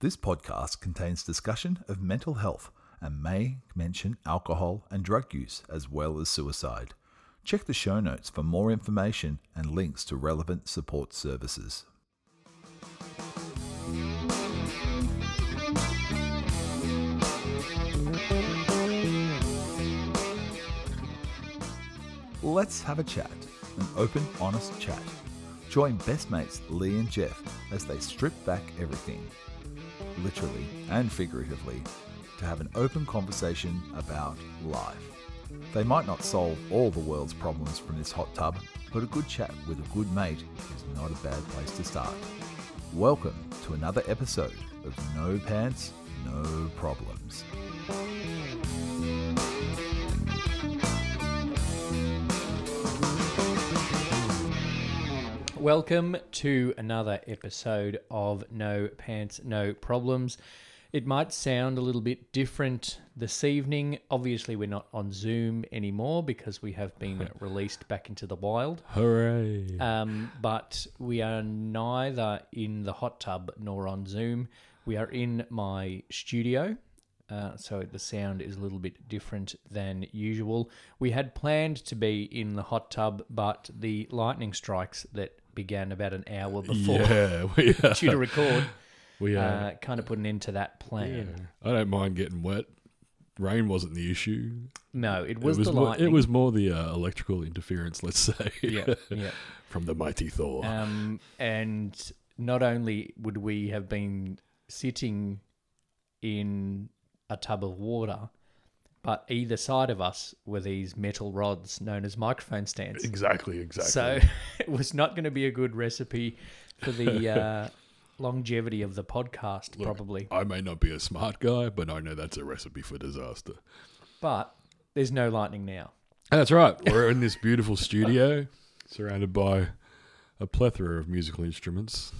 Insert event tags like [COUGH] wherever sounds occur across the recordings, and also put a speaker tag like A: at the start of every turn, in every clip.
A: This podcast contains discussion of mental health and may mention alcohol and drug use as well as suicide. Check the show notes for more information and links to relevant support services. Let's have a chat, an open, honest chat. Join best mates Lee and Jeff as they strip back everything, literally and figuratively, to have an open conversation about life. They might not solve all the world's problems from this hot tub, but a good chat with a good mate is not a bad place to start. Welcome to another episode of No Pants, No Problems.
B: Welcome to another episode of No Pants, No Problems. It might sound a little bit different this evening. Obviously, we're not on Zoom anymore because we have been released back into the wild.
C: Hooray.
B: Um, but we are neither in the hot tub nor on Zoom. We are in my studio, uh, so the sound is a little bit different than usual. We had planned to be in the hot tub, but the lightning strikes that began about an hour
C: [LAUGHS]
B: before
C: yeah, we
B: [LAUGHS]
C: are.
B: due to record
C: We are.
B: uh, kind of put an end to that plan.
C: I don't mind getting wet. Rain wasn't the issue.
B: No, it was,
C: it was
B: the
C: more,
B: lightning.
C: it was more the uh, electrical interference, let's say, [LAUGHS]
B: yeah, yeah.
C: from the mighty Thor.
B: Um, and not only would we have been sitting in a tub of water, but either side of us were these metal rods known as microphone stands.
C: exactly, exactly.
B: So [LAUGHS] it was not going to be a good recipe for the uh, longevity of the podcast, probably.
C: I may not be a smart guy, but I know that's a recipe for disaster.
B: But there's no lightning now.
C: That's right. We're in this
B: [LAUGHS]
C: beautiful studio surrounded by a plethora of musical instruments.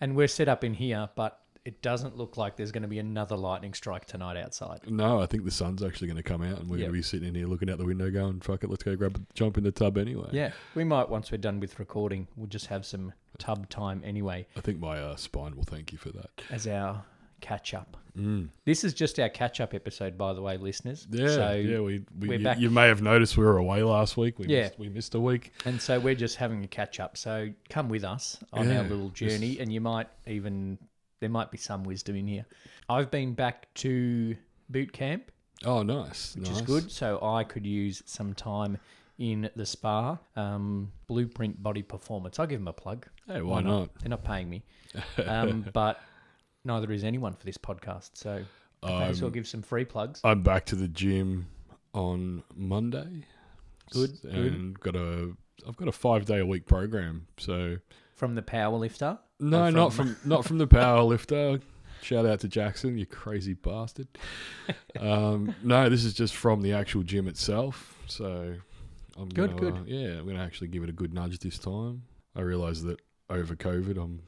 B: And we're set up in here, but it doesn't look like there's going to be another lightning strike tonight outside.
C: No, I think the sun's actually going to come out and we're
B: Yep.
C: going to be sitting in here looking out the window going, fuck it, let's go grab jump in the tub anyway.
B: Yeah, [LAUGHS] we might once we're done with recording, we'll just have some tub time anyway
C: I think my uh, spine will thank you for that.
B: as our catch up.
C: Mm.
B: This is just our catch up episode, by the way, listeners.
C: Yeah,
B: So,
C: yeah. We, we
B: we're
C: you,
B: back.
C: you may have noticed we were away last week. We
B: Yeah.
C: missed, we missed a week.
B: And so we're just having a catch up. So come with us on
C: Yeah,
B: our little journey, and you might even there might be some wisdom in here. I've been back to boot camp,
C: Oh, nice,
B: which is
C: nice.
B: good. So I could use some time in the spa. Um, Blueprint Body Performance. I'll give them a plug.
C: Hey, why not?
B: They're not paying
C: [LAUGHS]
B: me, um, but neither is anyone for this podcast. So okay,
C: Um,
B: so I'll give some free plugs.
C: I'm back to the gym on Monday.
B: Good,
C: S-
B: good.
C: And got a I've got a five day a week program. So
B: From the powerlifter.
C: no,
B: from-
C: not from not
B: [LAUGHS]
C: from the power lifter. Shout out to Jackson, you crazy bastard. um, no, this is just from the actual gym itself. So I'm
B: Good,
C: gonna, uh, yeah, I'm gonna actually give it a good nudge this time. I realise that over COVID, I'm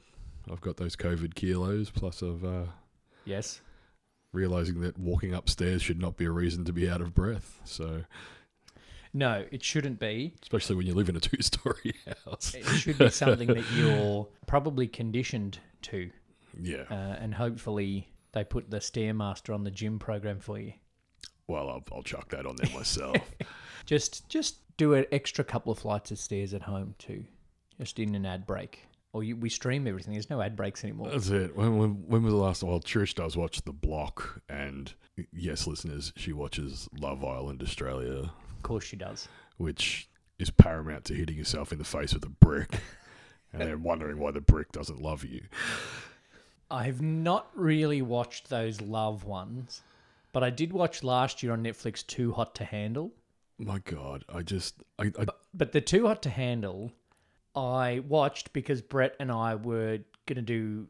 C: I've got those COVID kilos. Plus, I've uh,
B: Yes.
C: realizing that walking upstairs should not be a reason to be out of breath. So
B: No, it shouldn't be.
C: especially when you live in a two story [LAUGHS] house.
B: It should be something
C: [LAUGHS]
B: that you're probably conditioned to.
C: Yeah.
B: uh, and hopefully they put the stairmaster on the gym program for you.
C: Well, I'll, I'll chuck that on there myself.
B: Just just do an extra couple of flights of stairs at home too, just in an ad break. Or you, we stream everything. There's no ad breaks anymore.
C: That's it. When, when, when was the last? Well, Trish does watch The Block, and yes, listeners, she watches Love Island Australia,
B: Of course she does.
C: which is paramount to hitting yourself in the face with a brick, [LAUGHS] and then wondering why the brick doesn't love you.
B: I've not really watched those love ones, but I did watch last year on Netflix Too Hot to Handle.
C: My God, I just, I, I
B: But the Too Hot to Handle, I watched because Brett and I were going to do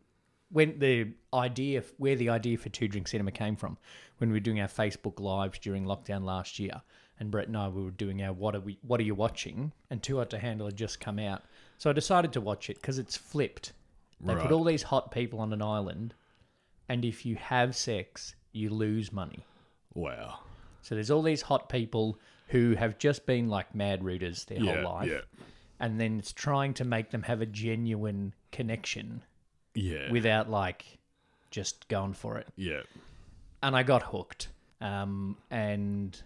B: when the idea where the idea for Two Drink Cinema came from when we were doing our Facebook lives during lockdown last year. And Brett and I we were doing our what are we what are you watching? And Too Hot to Handle had just come out, so I decided to watch it because it's flipped. They
C: Right.
B: put all these hot people on an island, and if you have sex, you lose money.
C: wow,
B: So there's all these hot people who have just been like mad rooters their
C: yeah,
B: whole life
C: yeah,
B: and then it's trying to make them have a genuine connection
C: yeah,
B: without like just going for it.
C: Yeah.
B: And I got hooked. Um, and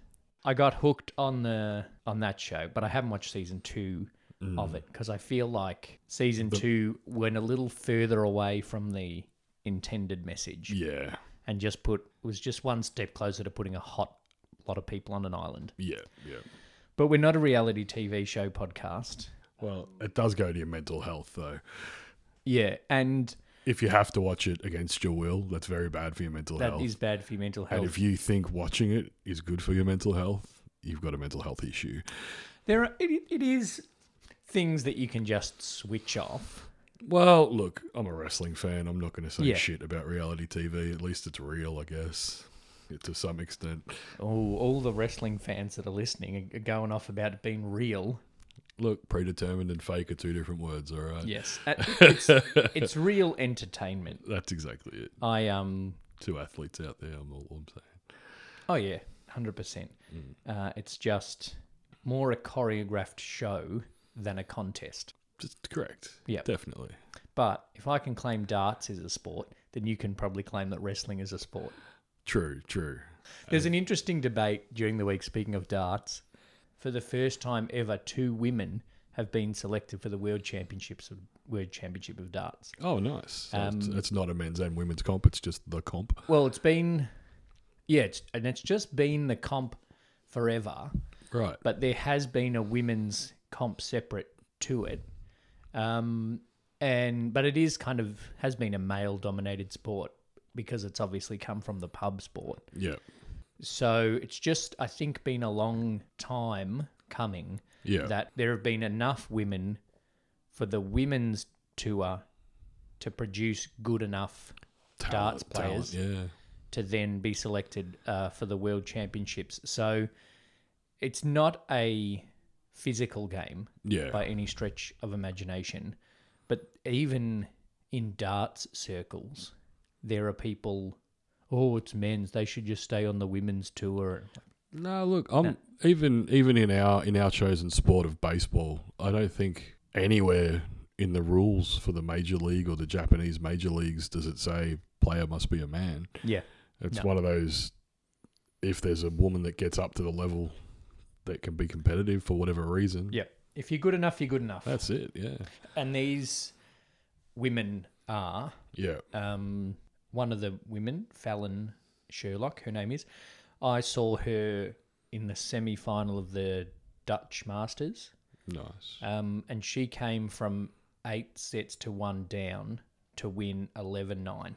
B: I got hooked on the on that show, but I haven't watched season two
C: Mm.
B: of it because I feel like season two went a little further away from the intended message
C: Yeah.
B: and just put was just one step closer to putting a hot lot of people on an island.
C: Yeah. Yeah.
B: But we're not a reality TV show podcast.
C: Well, it does go to your mental health, though.
B: Yeah, and
C: If you have to watch it against your will, that's very bad for your mental
B: that is
C: health.
B: bad for your mental
C: and
B: health.
C: if you think watching it is good for your mental health, you've got a mental health issue.
B: there are, it, it is things that you can just switch off.
C: Well, look, I'm a wrestling fan. I'm not going to say
B: Yeah.
C: shit about reality TV. At least it's real, I guess, to some extent.
B: Oh, all the wrestling fans that are listening are going off about it being real.
C: Look, predetermined and fake are two different words, all
B: [LAUGHS]
C: right?
B: Yes, Uh, it's, it's real entertainment.
C: That's exactly it.
B: I um
C: Two athletes out there, I'm all, all I'm saying.
B: oh yeah, hundred percent. Uh, it's just more a choreographed show than a contest.
C: Just correct.
B: Yeah.
C: Definitely.
B: But if I can claim darts is a sport, then you can probably claim that wrestling is a sport.
C: True, true.
B: There's an interesting debate during the week, speaking of darts. For the first time ever, two women have been selected for the World Championships of World Championship of Darts.
C: Oh, nice. So it's,
B: Um,
C: it's not a men's and women's comp, it's just the comp.
B: Well, it's been yeah, it's, and it's just been the comp forever,
C: Right.
B: but there has been a women's comp separate to it. Um and but it is kind of has been a male dominated sport because it's obviously come from the pub sport.
C: Yeah.
B: So it's just, I think, been a long time coming
C: Yeah.
B: that there have been enough women for the women's tour to produce good enough darts players
C: Talent,
B: to then be selected uh, for the world championships. So it's not a physical game
C: yeah. Yeah.
B: by any stretch of imagination. But even in darts circles, there are people, oh, it's men's. They should just stay on the women's tour.
C: No, look, I'm even even in our in our chosen sport of baseball, I don't think anywhere in the rules for the major league or the Japanese major leagues does it say player must be a man.
B: Yeah.
C: It's
B: No.
C: one of those if there's a woman that gets up to the level that can be competitive for whatever reason.
B: Yeah. If you're good enough, you're good enough.
C: That's it, yeah.
B: and these women are
C: Yeah.
B: um, one of the women, Fallon Sherlock, her name is. I saw her in the semi final of the Dutch Masters.
C: Nice.
B: Um, and she came from eight sets to one down to win 11 9.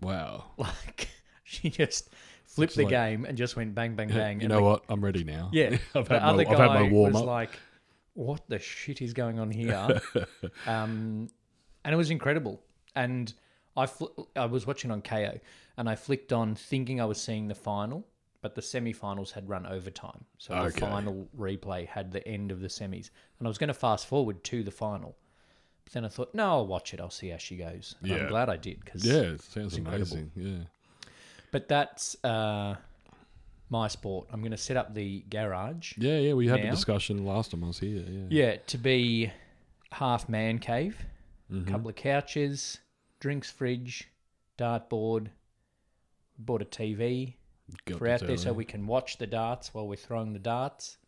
C: Wow.
B: [LAUGHS] Like, she just flipped the
C: like-
B: game and just went bang, bang, bang.
C: You
B: and
C: know
B: the,
C: what? I'm ready now.
B: Yeah.
C: [LAUGHS] I've
B: the
C: had my,
B: other
C: I've
B: guy
C: had my warm
B: was
C: up.
B: like, what the shit is going on
C: [LAUGHS]
B: here? um, and it was incredible. And I, fl- I was watching on KO and I flicked on thinking I was seeing the final, but the semi-finals had run overtime. So the
C: Okay.
B: final replay had the end of the semis. And I was going to fast forward to the final. But then I thought, no, I'll watch it. I'll see how she goes. And I'm
C: Yeah.
B: glad I did. Cause,
C: yeah, it sounds
B: incredible.
C: amazing. Yeah.
B: But that's uh, my sport. I'm going to set up the garage.
C: Yeah, yeah, we had the
B: Now?
C: discussion last time I was here. Yeah.
B: Yeah, to be half man cave,
C: Mm-hmm.
B: couple of couches, drinks fridge, dartboard. Bought a TV
C: Got
B: for
C: the
B: out there so
C: telly.
B: we can watch the darts while we're throwing the darts.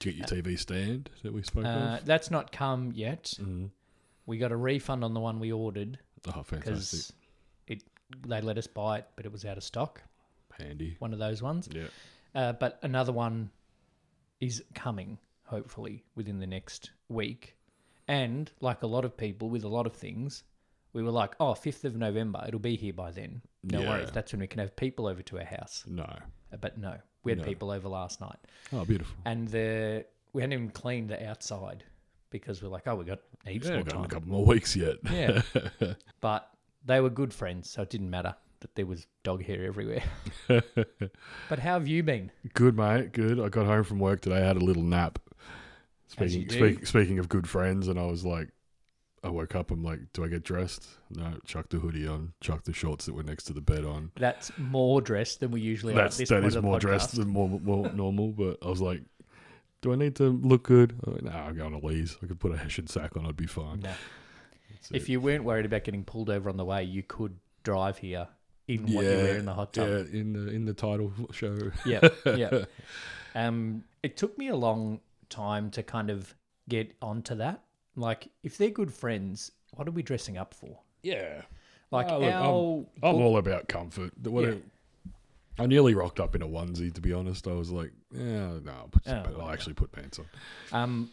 C: Do you get your TV stand that we spoke
B: Uh,
C: of?
B: that's not come yet.
C: Mhm.
B: We got a refund on the one we ordered
C: Oh, fantastic.
B: because it they let us buy it, but it was out of stock.
C: Handy.
B: One of those ones.
C: Yeah.
B: Uh, but another one is coming, hopefully, within the next week. And like a lot of people with a lot of things, we were like, oh, 5th of November, it'll be here by then. No
C: Yeah.
B: worries. That's when we can have people over to our house.
C: No.
B: Uh, But no, we had
C: No.
B: people over last night.
C: Oh, beautiful.
B: And the, we hadn't even cleaned the outside because we're like, oh, we got heaps
C: Yeah,
B: more
C: got
B: time.
C: a couple more weeks yet.
B: Yeah. but they were good friends, so it didn't matter that there was dog hair
C: [LAUGHS]
B: everywhere. but how have you been?
C: [LAUGHS] Good, mate. Good. I got home from work today. I had a little nap.
B: As
C: Speaking,
B: you do.
C: speak, speaking of good friends, and I was like, I woke up. I'm like, do I get dressed? No. Chuck the hoodie on. Chuck the shorts that were next to the bed on.
B: That's more dressed than we usually are at
C: That's
B: this
C: that
B: point
C: is
B: of the
C: more
B: podcast.
C: dressed than more, more normal. But I was like, do I need to look good? I went, nah, I'm going to Lee's. I could put a Hessian sack on. I'd be fine.
B: No.
C: That's it.
B: If you weren't worried about getting pulled over on the way, you could drive here in what you wear in the hot tub.
C: Yeah, in the in the title show.
B: yeah,
C: [LAUGHS]
B: yeah. Um, it took me a long time to kind of get onto that. Like, if they're good friends, what are we dressing up for?
C: Yeah.
B: Like,
C: Oh, look, I'm-
B: our
C: I'm all about comfort. The- what
B: Yeah.
C: it- I nearly rocked up in a onesie, to be honest. I was like, yeah, no, I'll, put,
B: Oh,
C: but I'll actually put pants on.
B: Um,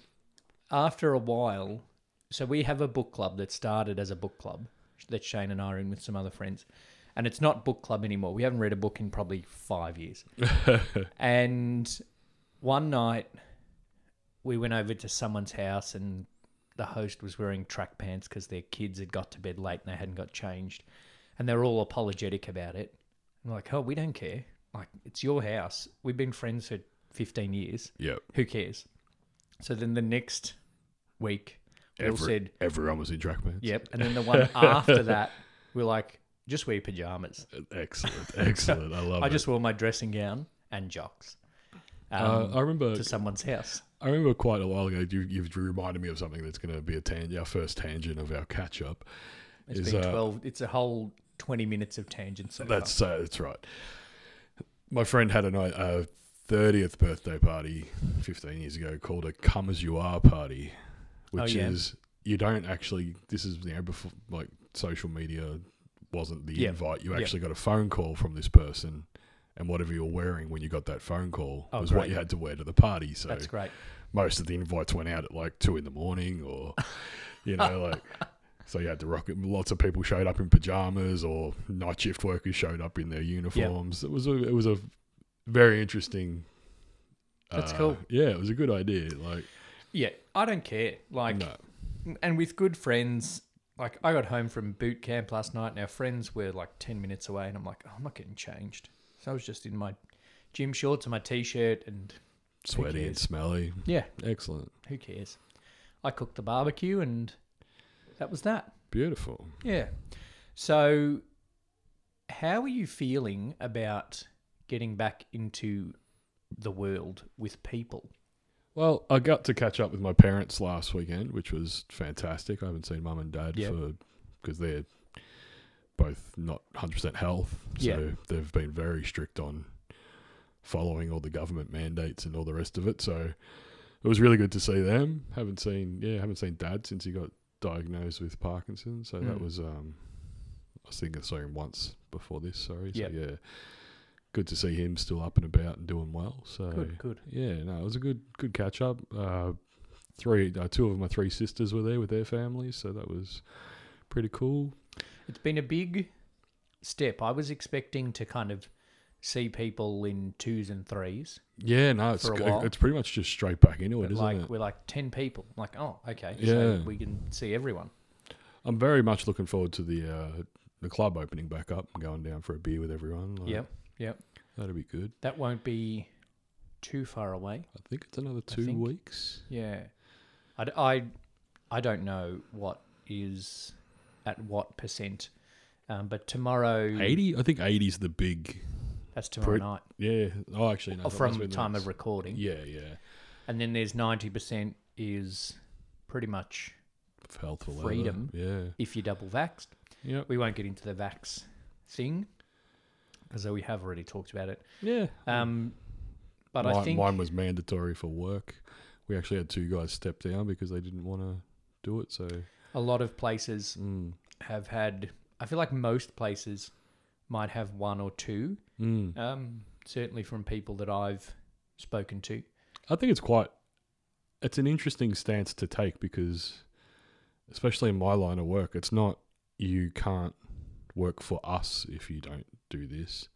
B: after a while, so we have a book club that started as a book club that Shane and I are in with some other friends, and it's not book club anymore. We haven't read a book in probably five years. and one night, we went over to someone's house, and the host was wearing track pants because their kids had got to bed late and they hadn't got changed, and they're all apologetic about it. I'm like, oh, we don't care. Like, it's your house. We've been friends for 15 years.
C: Yep.
B: Who cares? So then the next week, we all
C: Every-
B: said,
C: Everyone was in track pants.
B: yep. And then
C: [LAUGHS]
B: the one after that, we are like, just wear your pajamas.
C: Excellent. [LAUGHS] Excellent. I love
B: I
C: it.
B: just wore my dressing gown and jocks
C: uh,
B: um,
C: I remember
B: to someone's house.
C: I remember quite a while ago, you, you've reminded me of something that's going to be a tangent, our first tangent of our catch up.
B: It's
C: Is,
B: been
C: uh,
B: 12, it's a whole 20 minutes of tangents. So far.
C: That's uh, that's right. My friend had a night, a thirtieth birthday party fifteen years ago called a "Come as You Are" party, which
B: Oh, yeah.
C: is you don't actually. This is you know before like social media wasn't the
B: Yeah.
C: invite. You
B: Yeah.
C: actually got a phone call from this person, and whatever you were wearing when you got that phone call
B: Oh,
C: was what
B: great.
C: you had to wear to the party. So
B: that's great.
C: most of the invites went out at like two in the morning or you know like so you had to rock it lots of people showed up in pajamas or night shift workers showed up in their uniforms it was a it was a very interesting
B: That's
C: uh,
B: cool.
C: yeah it was a good idea like
B: Yeah, I don't care. Like,
C: no,
B: and with good friends, like I got home from boot camp last night and our friends were like 10 minutes away and I'm like, oh, I'm not getting changed. So I was just in my gym shorts and my t-shirt and
C: sweaty and
B: cares?
C: smelly
B: yeah,
C: excellent
B: who cares? I cooked the barbecue and that was that.
C: beautiful
B: Yeah. So how are you feeling about getting back into the world with people?
C: well i got to catch up with my parents last weekend which was fantastic i haven't seen mum and dad
B: Yeah.
C: for because they're both not 100% health. So
B: Yeah.
C: they've been very strict on following all the government mandates and all the rest of it. So it was really good to see them. Haven't seen, yeah, haven't seen dad since he got diagnosed with Parkinson's. So that
B: Mm.
C: was, um, I think I saw him once before this. Sorry.
B: Yeah.
C: So yeah, good to see him still up and about and doing well. So
B: Good, good.
C: yeah, no, it was a good, good catch up. Uh, three, uh, two of my three sisters were there with their families. So that was pretty cool.
B: It's been a big step. I was expecting to kind of see people in twos and threes.
C: Yeah, no, it's
B: for a
C: g-
B: while.
C: it's pretty much just straight back into it,
B: But
C: isn't
B: like
C: it?
B: we're like ten people. I'm like, oh, okay. So
C: Yeah.
B: we can see everyone.
C: I'm very much looking forward to the uh, the club opening back up and going down for a beer with everyone. Like,
B: Yep. Yep.
C: that'll be good.
B: That won't be too far away.
C: I think it's another two
B: think-
C: weeks.
B: Yeah. I, d- I, I don't know what is at what percent. Um, but tomorrow
C: Eighty, I think eighty is the big.
B: that's tomorrow
C: Pre-
B: night.
C: Yeah. Oh, actually, no,
B: Oh,
C: that must
B: from
C: be the
B: time of
C: next-
B: recording.
C: Yeah, yeah.
B: And then there's ninety percent is pretty much
C: Health forever.
B: Freedom.
C: Yeah.
B: if you're double vaxxed.
C: Yep.
B: We won't get into the vax thing. Because we have already talked about it.
C: Yeah.
B: Um, but
C: Mm. mine,
B: I think
C: mine was mandatory for work. We actually had two guys step down because they didn't want to do it. So
B: a lot of places
C: mm,
B: have had. I feel like most places might have one or two.
C: mm.
B: Um, certainly from people that I've spoken to.
C: I think it's quite it's an interesting stance to take because especially in my line of work, it's not you can't work for us if you don't do this.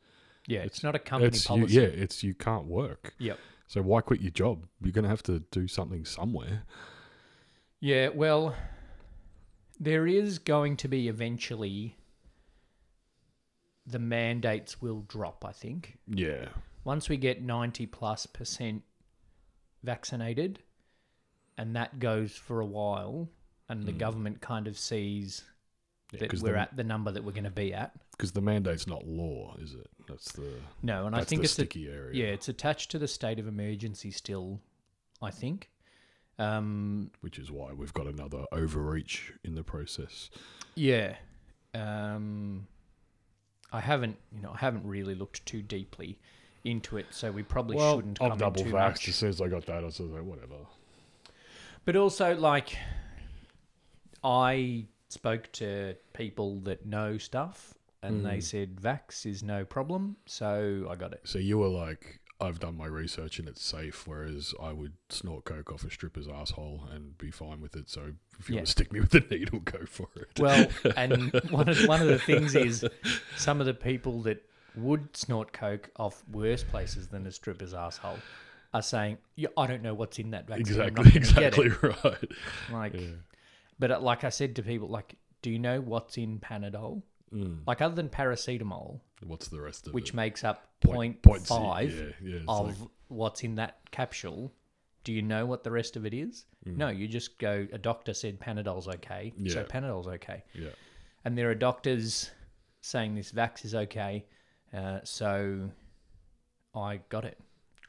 B: Yeah, it's,
C: It's-
B: not a company
C: it's you,
B: policy.
C: yeah, it's you can't work.
B: Yep.
C: So why quit your job? You're going to have to do something somewhere.
B: Yeah, well, there is going to be eventually the mandates will drop, I think.
C: Yeah.
B: Once we get 90 plus percent vaccinated, and that goes for a while, and
C: Hmm.
B: the government kind of sees that
C: Because
B: we're
C: the,
B: at the number that we're going to be at.
C: 'cause the mandate's not law, is it? That's the
B: No, and
C: that's
B: I think
C: the
B: it's a,
C: sticky area.
B: yeah, it's attached to the state of emergency still. I think. Um,
C: Which is why we've got another overreach in the process.
B: yeah. Um, I haven't, you know, I haven't really looked too deeply into it, so we probably
C: Well,
B: shouldn't come
C: I've
B: in
C: double
B: too
C: vaxxed.
B: much.
C: As soon as I got that, I was like, whatever.
B: But also, like, I spoke to people that know stuff, and
C: Mm.
B: they said vax is no problem, so I got it.
C: So you were like, I've done my research and it's safe, whereas I would snort coke off a stripper's asshole and be fine with it. So if you
B: Yeah.
C: want to stick me with a needle, go for it.
B: Well, and one of, one of the things is some of the people that would snort coke off worse places than a stripper's asshole are saying, yeah, I don't know what's in that vaccine. I'm not
C: [LAUGHS] exactly,
B: gonna get it."
C: exactly [LAUGHS] right.
B: Like, but uh, like I said to people, like, do you know what's in Panadol?
C: Mm.
B: Like, other than paracetamol,
C: What's the rest of
B: which
C: it?
B: makes up
C: Uh, Point-
B: point, point
C: point C-
B: 0.5
C: yeah, yeah, it's
B: of what's in that capsule, do you know what the rest of it is? No, you just go, a doctor said Panadol's okay, so
C: Mm. Yeah.
B: Panadol's okay.
C: Yeah,
B: And there are doctors saying this vax is okay, uh, so I got it.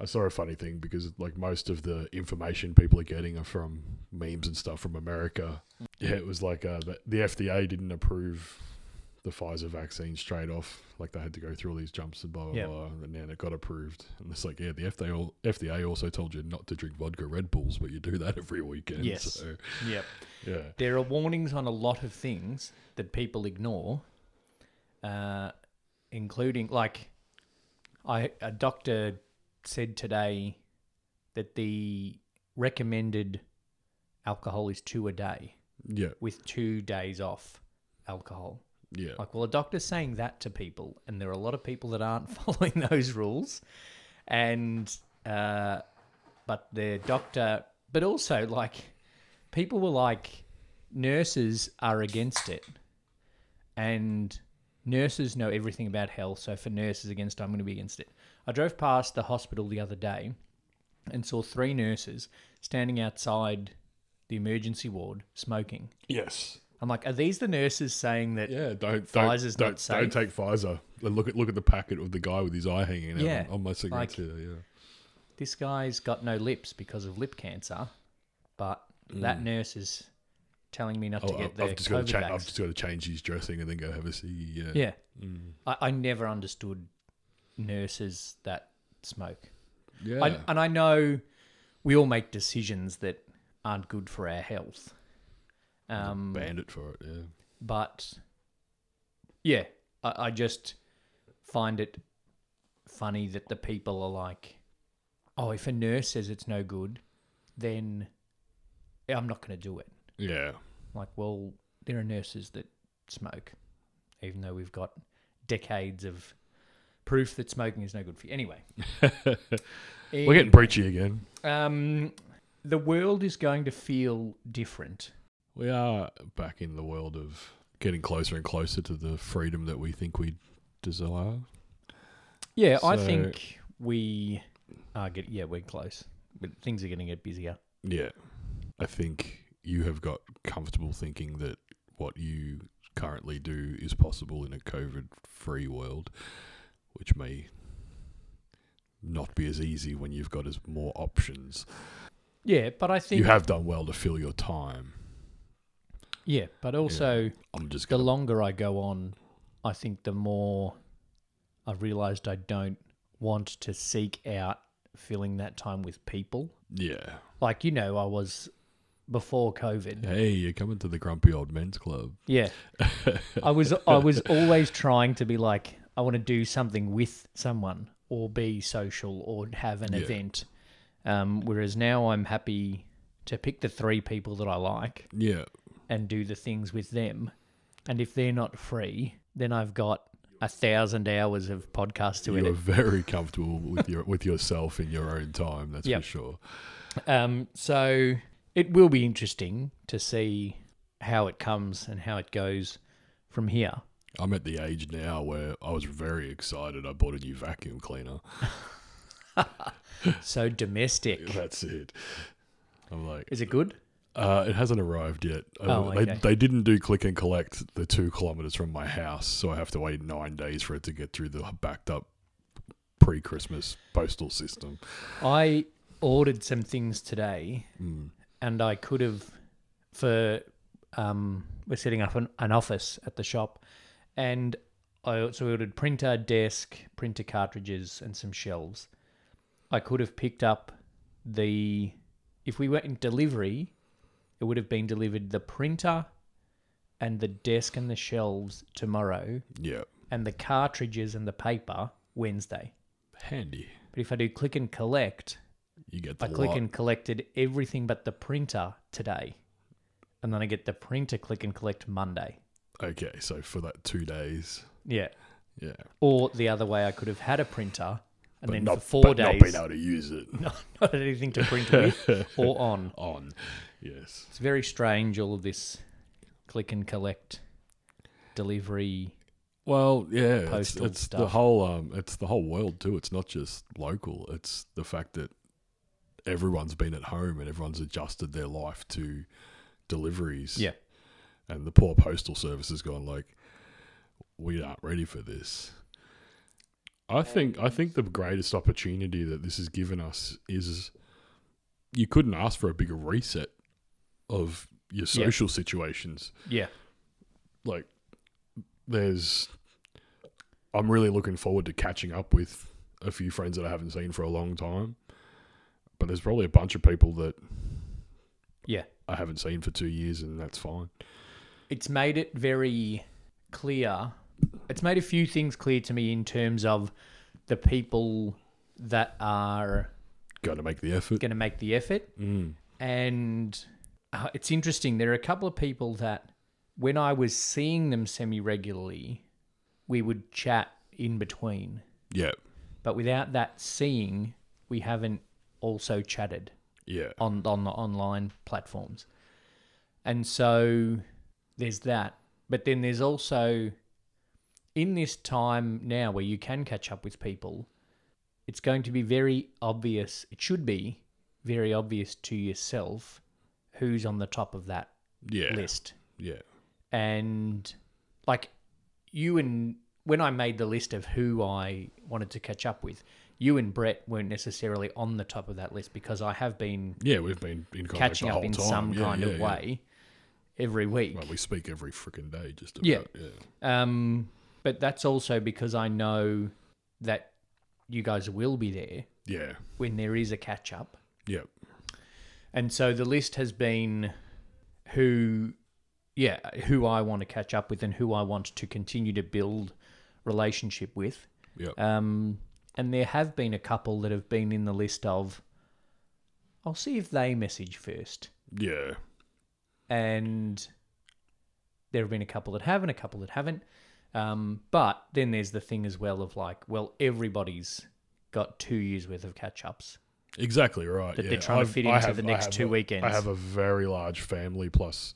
C: I saw a funny thing because like most of the information people are getting are from memes and stuff from America.
B: Mm.
C: Yeah, it was like uh, the, the FDA didn't approve the Pfizer vaccine straight off. Like they had to go through all these jumps and blah blah
B: Yeah.
C: blah, and then it got approved. And it's like, yeah, the FDA al- FDA also told you not to drink vodka Red Bulls, but you do that [LAUGHS] every weekend.
B: Yes.
C: So,
B: Yep.
C: yeah.
B: There are warnings on a lot of things that people ignore, uh, including like I a doctor said today that the recommended alcohol is two a day
C: Yeah.
B: with two days off alcohol.
C: Yeah.
B: Like, well, a doctor's saying that to people, and there are a lot of people that aren't [LAUGHS] following those rules, and uh, but their doctor, but also like, people were like, nurses are against it, and nurses know everything about health. So for nurses against, it, I'm going to be against it. I drove past the hospital the other day, and saw three nurses standing outside the emergency ward smoking.
C: yes.
B: I'm like, are these the nurses saying that?
C: Yeah, don't don't
B: Pfizer's
C: don't,
B: not safe.
C: don't take Pfizer. And Look at look at the packet of the guy with his eye hanging out
B: Yeah,
C: on, on my cigarettes.
B: like-
C: here, yeah.
B: this guy's got no lips because of lip cancer, but that nurse is telling me not to
C: Mm. Oh,
B: get
C: I-
B: the
C: I've just got
B: COVID
C: to change.
B: vax.
C: I've just Mm. got to change his dressing and then go have a ciggy. Yeah.
B: Yeah, I, I never understood nurses that smoke,
C: Yeah.
B: I, and I know we all make decisions that aren't good for our health. Um,
C: Banned it for it. Yeah.
B: but yeah, I, I just find it funny that the people are like, oh, if a nurse says it's no good, then I'm not going to do it.
C: Yeah.
B: Like, well, there are nurses that smoke, even though we've got decades of proof that smoking is no good for you. Anyway,
C: We're getting breachy again.
B: um, the world is going to feel different.
C: We are back in the world of getting closer and closer to the freedom that we think we desire.
B: Yeah, I
C: So-
B: think we are get yeah we're close, but things are going to get busier.
C: Yeah. I think you have got comfortable thinking that what you currently do is possible in a COVID free world, which may not be as easy when you've got as more options.
B: Yeah, but I think
C: You have done well to fill your time.
B: yeah, but also
C: I'm just
B: the
C: gonna
B: longer I go on, I think the more I've realized I don't want to seek out filling that time with people.
C: Yeah.
B: Like you know, I was before COVID.
C: Hey, you're coming to the grumpy old men's club.
B: Yeah. I was I was always trying to be like I want to do something with someone or be social or have an event. Um, whereas now I'm happy to pick the three people that I like
C: Yeah.
B: and do the things with them. And if they're not free, then I've got a thousand hours of podcasts to
C: You are
B: edit.
C: [LAUGHS] very comfortable with your with yourself in your own time, that's
B: Yep.
C: for sure.
B: Um, so it will be interesting to see how it comes and how it goes from here.
C: I'm at the age now where I was very excited. I bought a new vacuum cleaner. [LAUGHS]
B: So domestic.
C: That's it. I'm like,
B: Is it good?
C: uh, it hasn't arrived yet.
B: Oh,
C: Uh, they,
B: okay.
C: they didn't do click and collect the two kilometers from my house, so I have to wait nine days for it to get through the backed up pre Christmas postal system.
B: I ordered some things today, and I could have for um, we're setting up an, an office at the shop, and I also ordered printer, desk, printer cartridges, and some shelves. I could have picked up the. If we went in delivery, it would have been delivered the printer and the desk and the shelves tomorrow,
C: Yeah.
B: and the cartridges and the paper Wednesday.
C: Handy.
B: But if I do click and collect,
C: You get the
B: I click
C: lot.
B: and collected everything but the printer today. And then I get the printer click and collect Monday.
C: Okay, so for that two days.
B: Yeah.
C: Yeah.
B: Or the other way, I could have had a printer and
C: But
B: then
C: not,
B: for four
C: but
B: days,
C: not
B: [LAUGHS]
C: being able to use it
B: not, not had anything to print with
C: [LAUGHS]
B: or on.
C: on. Yes.
B: It's very strange, all of this click and collect delivery.
C: Well, yeah, it's,
B: Postal
C: it's the
B: stuff.
C: whole um, it's the whole world too. It's not just local. It's the fact that everyone's been at home and everyone's adjusted their life to deliveries.
B: Yeah.
C: and the poor postal service has gone like, we aren't ready for this. I think I think the greatest opportunity that this has given us is you couldn't ask for a bigger reset of your
B: Yeah.
C: social situations
B: Yeah.
C: like there's I'm really looking forward to catching up with a few friends that I haven't seen for a long time. But there's probably a bunch of people that
B: Yeah.
C: I haven't seen for 2 years and that's fine.
B: it's made it very clear. It's made a few things clear to me in terms of the people that are
C: Got to make the effort.
B: going to make the effort.
C: Mm.
B: And uh, it's interesting. There are a couple of people that, when I was seeing them semi regularly, we would chat in between.
C: Yeah.
B: But without that seeing, we haven't also chatted
C: Yeah.
B: on on the online platforms. And so there's that. But then there's also in this time now where you can catch up with people, it's going to be very obvious, it should be very obvious to yourself who's on the top of that
C: Yeah.
B: list.
C: Yeah.
B: And like you and when I made the list of who I wanted to catch up with, you and Brett weren't necessarily on the top of that list because I have been
C: Yeah, we've been in contact
B: catching
C: the
B: up
C: whole
B: in
C: time.
B: some
C: Yeah,
B: kind
C: yeah,
B: of
C: yeah.
B: way every week.
C: Well, we speak every freaking day just about.
B: Yeah.
C: Yeah.
B: Um, but that's also because I know that you guys will be there
C: Yeah.
B: when there is a catch up.
C: Yeah.
B: And so the list has been who, yeah, who I want to catch up with and who I want to continue to build relationship with.
C: Yeah.
B: Um, and there have been a couple that have been in the list of, I'll see if they message first.
C: Yeah.
B: and there have been a couple that have and a couple that haven't. Um, but then there's the thing as well of like, well, everybody's got two years worth of catch ups.
C: Exactly right.
B: That
C: yeah.
B: they're trying to fit into the next
C: I
B: two
C: a-
B: weekends.
C: I have a very large family plus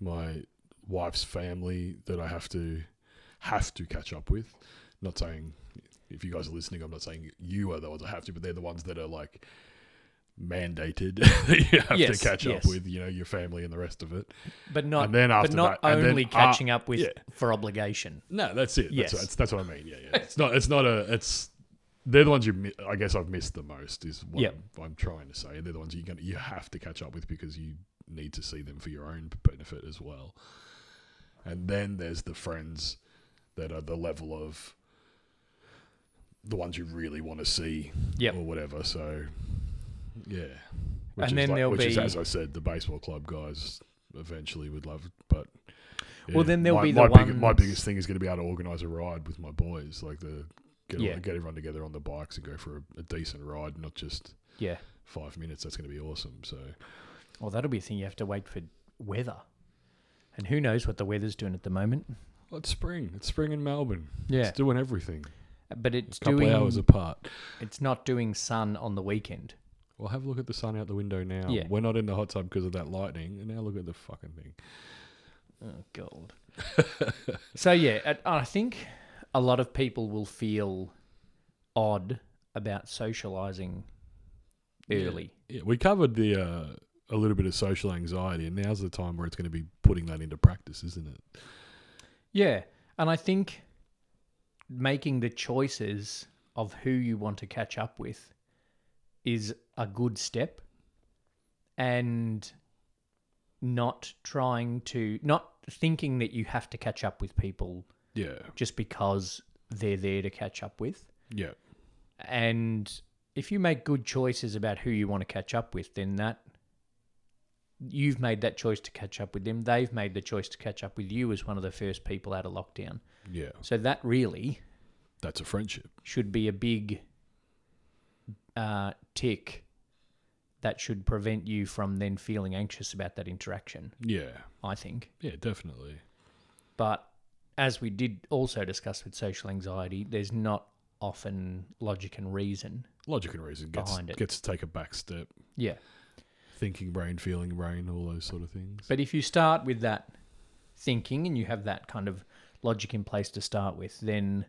C: my wife's family that I have to have to catch up with. Not saying if you guys are listening, I'm not saying you are the ones that have to, but they're the ones that are like mandated [LAUGHS] that you have
B: Yes,
C: to catch
B: yes.
C: up with, you know, your family and the rest of it.
B: But not
C: And then after
B: but not
C: that- and then
B: only
C: a-
B: catching up with
C: yeah.
B: for obligation.
C: No, that's it.
B: Yes.
C: That's, that's, that's what I mean. Yeah, yeah. It's not. It's not a. It's they're the ones you. mi- I guess I've missed the most is what
B: Yep.
C: I'm, I'm trying to say. They're the ones you can. You have to catch up with because you need to see them for your own benefit as well. And then there's the friends that are the level of the ones you really want to see
B: Yep.
C: or whatever. So yeah. Which
B: And
C: is
B: then
C: like-
B: there'll
C: which is,
B: be-
C: as I said, the baseball club guys eventually would love, but
B: Well, then there'll
C: my,
B: be
C: my
B: the
C: big- my
B: ones-
C: biggest thing is going to be able to organise a ride with my boys, like the get all-
B: Yeah.
C: get everyone together on the bikes and go for a, a decent ride, not just
B: Yeah.
C: five minutes. That's going to be awesome. So
B: Well, that'll be a thing you have to wait for weather. And who knows what the weather's doing at the moment.
C: well, it's spring. It's spring in Melbourne.
B: Yeah.
C: it's doing everything.
B: But it's
C: A couple
B: doing,
C: hours apart.
B: it's not doing sun on the weekend.
C: Well, have a look at the sun out the window now.
B: Yeah.
C: We're not in the hot tub because of that lightning, and now look at the fucking thing.
B: Oh, God. [LAUGHS] so, yeah, I- I think a lot of people will feel odd about socializing early.
C: Yeah, we covered the uh, a little bit of social anxiety, and now's the time where it's going to be putting that into practice, isn't it?
B: Yeah. And I think making the choices of who you want to catch up with is a good step. And not trying to, not thinking that you have to catch up with people
C: Yeah.
B: just because they're there to catch up with.
C: Yeah.
B: And if you make good choices about who you want to catch up with, then that you've made that choice to catch up with them. They've made the choice to catch up with you as one of the first people out of lockdown.
C: Yeah.
B: So that really
C: That's a friendship.
B: should be a big uh, tick that should prevent you from then feeling anxious about that interaction,
C: Yeah.
B: I think.
C: Yeah, definitely.
B: But as we did also discuss with social anxiety, there's not often logic and reason.
C: Logic and reason gets
B: Behind it.
C: gets to take a back step.
B: Yeah.
C: Thinking brain, feeling brain, all those sort of things.
B: But if you start with that thinking and you have that kind of logic in place to start with, then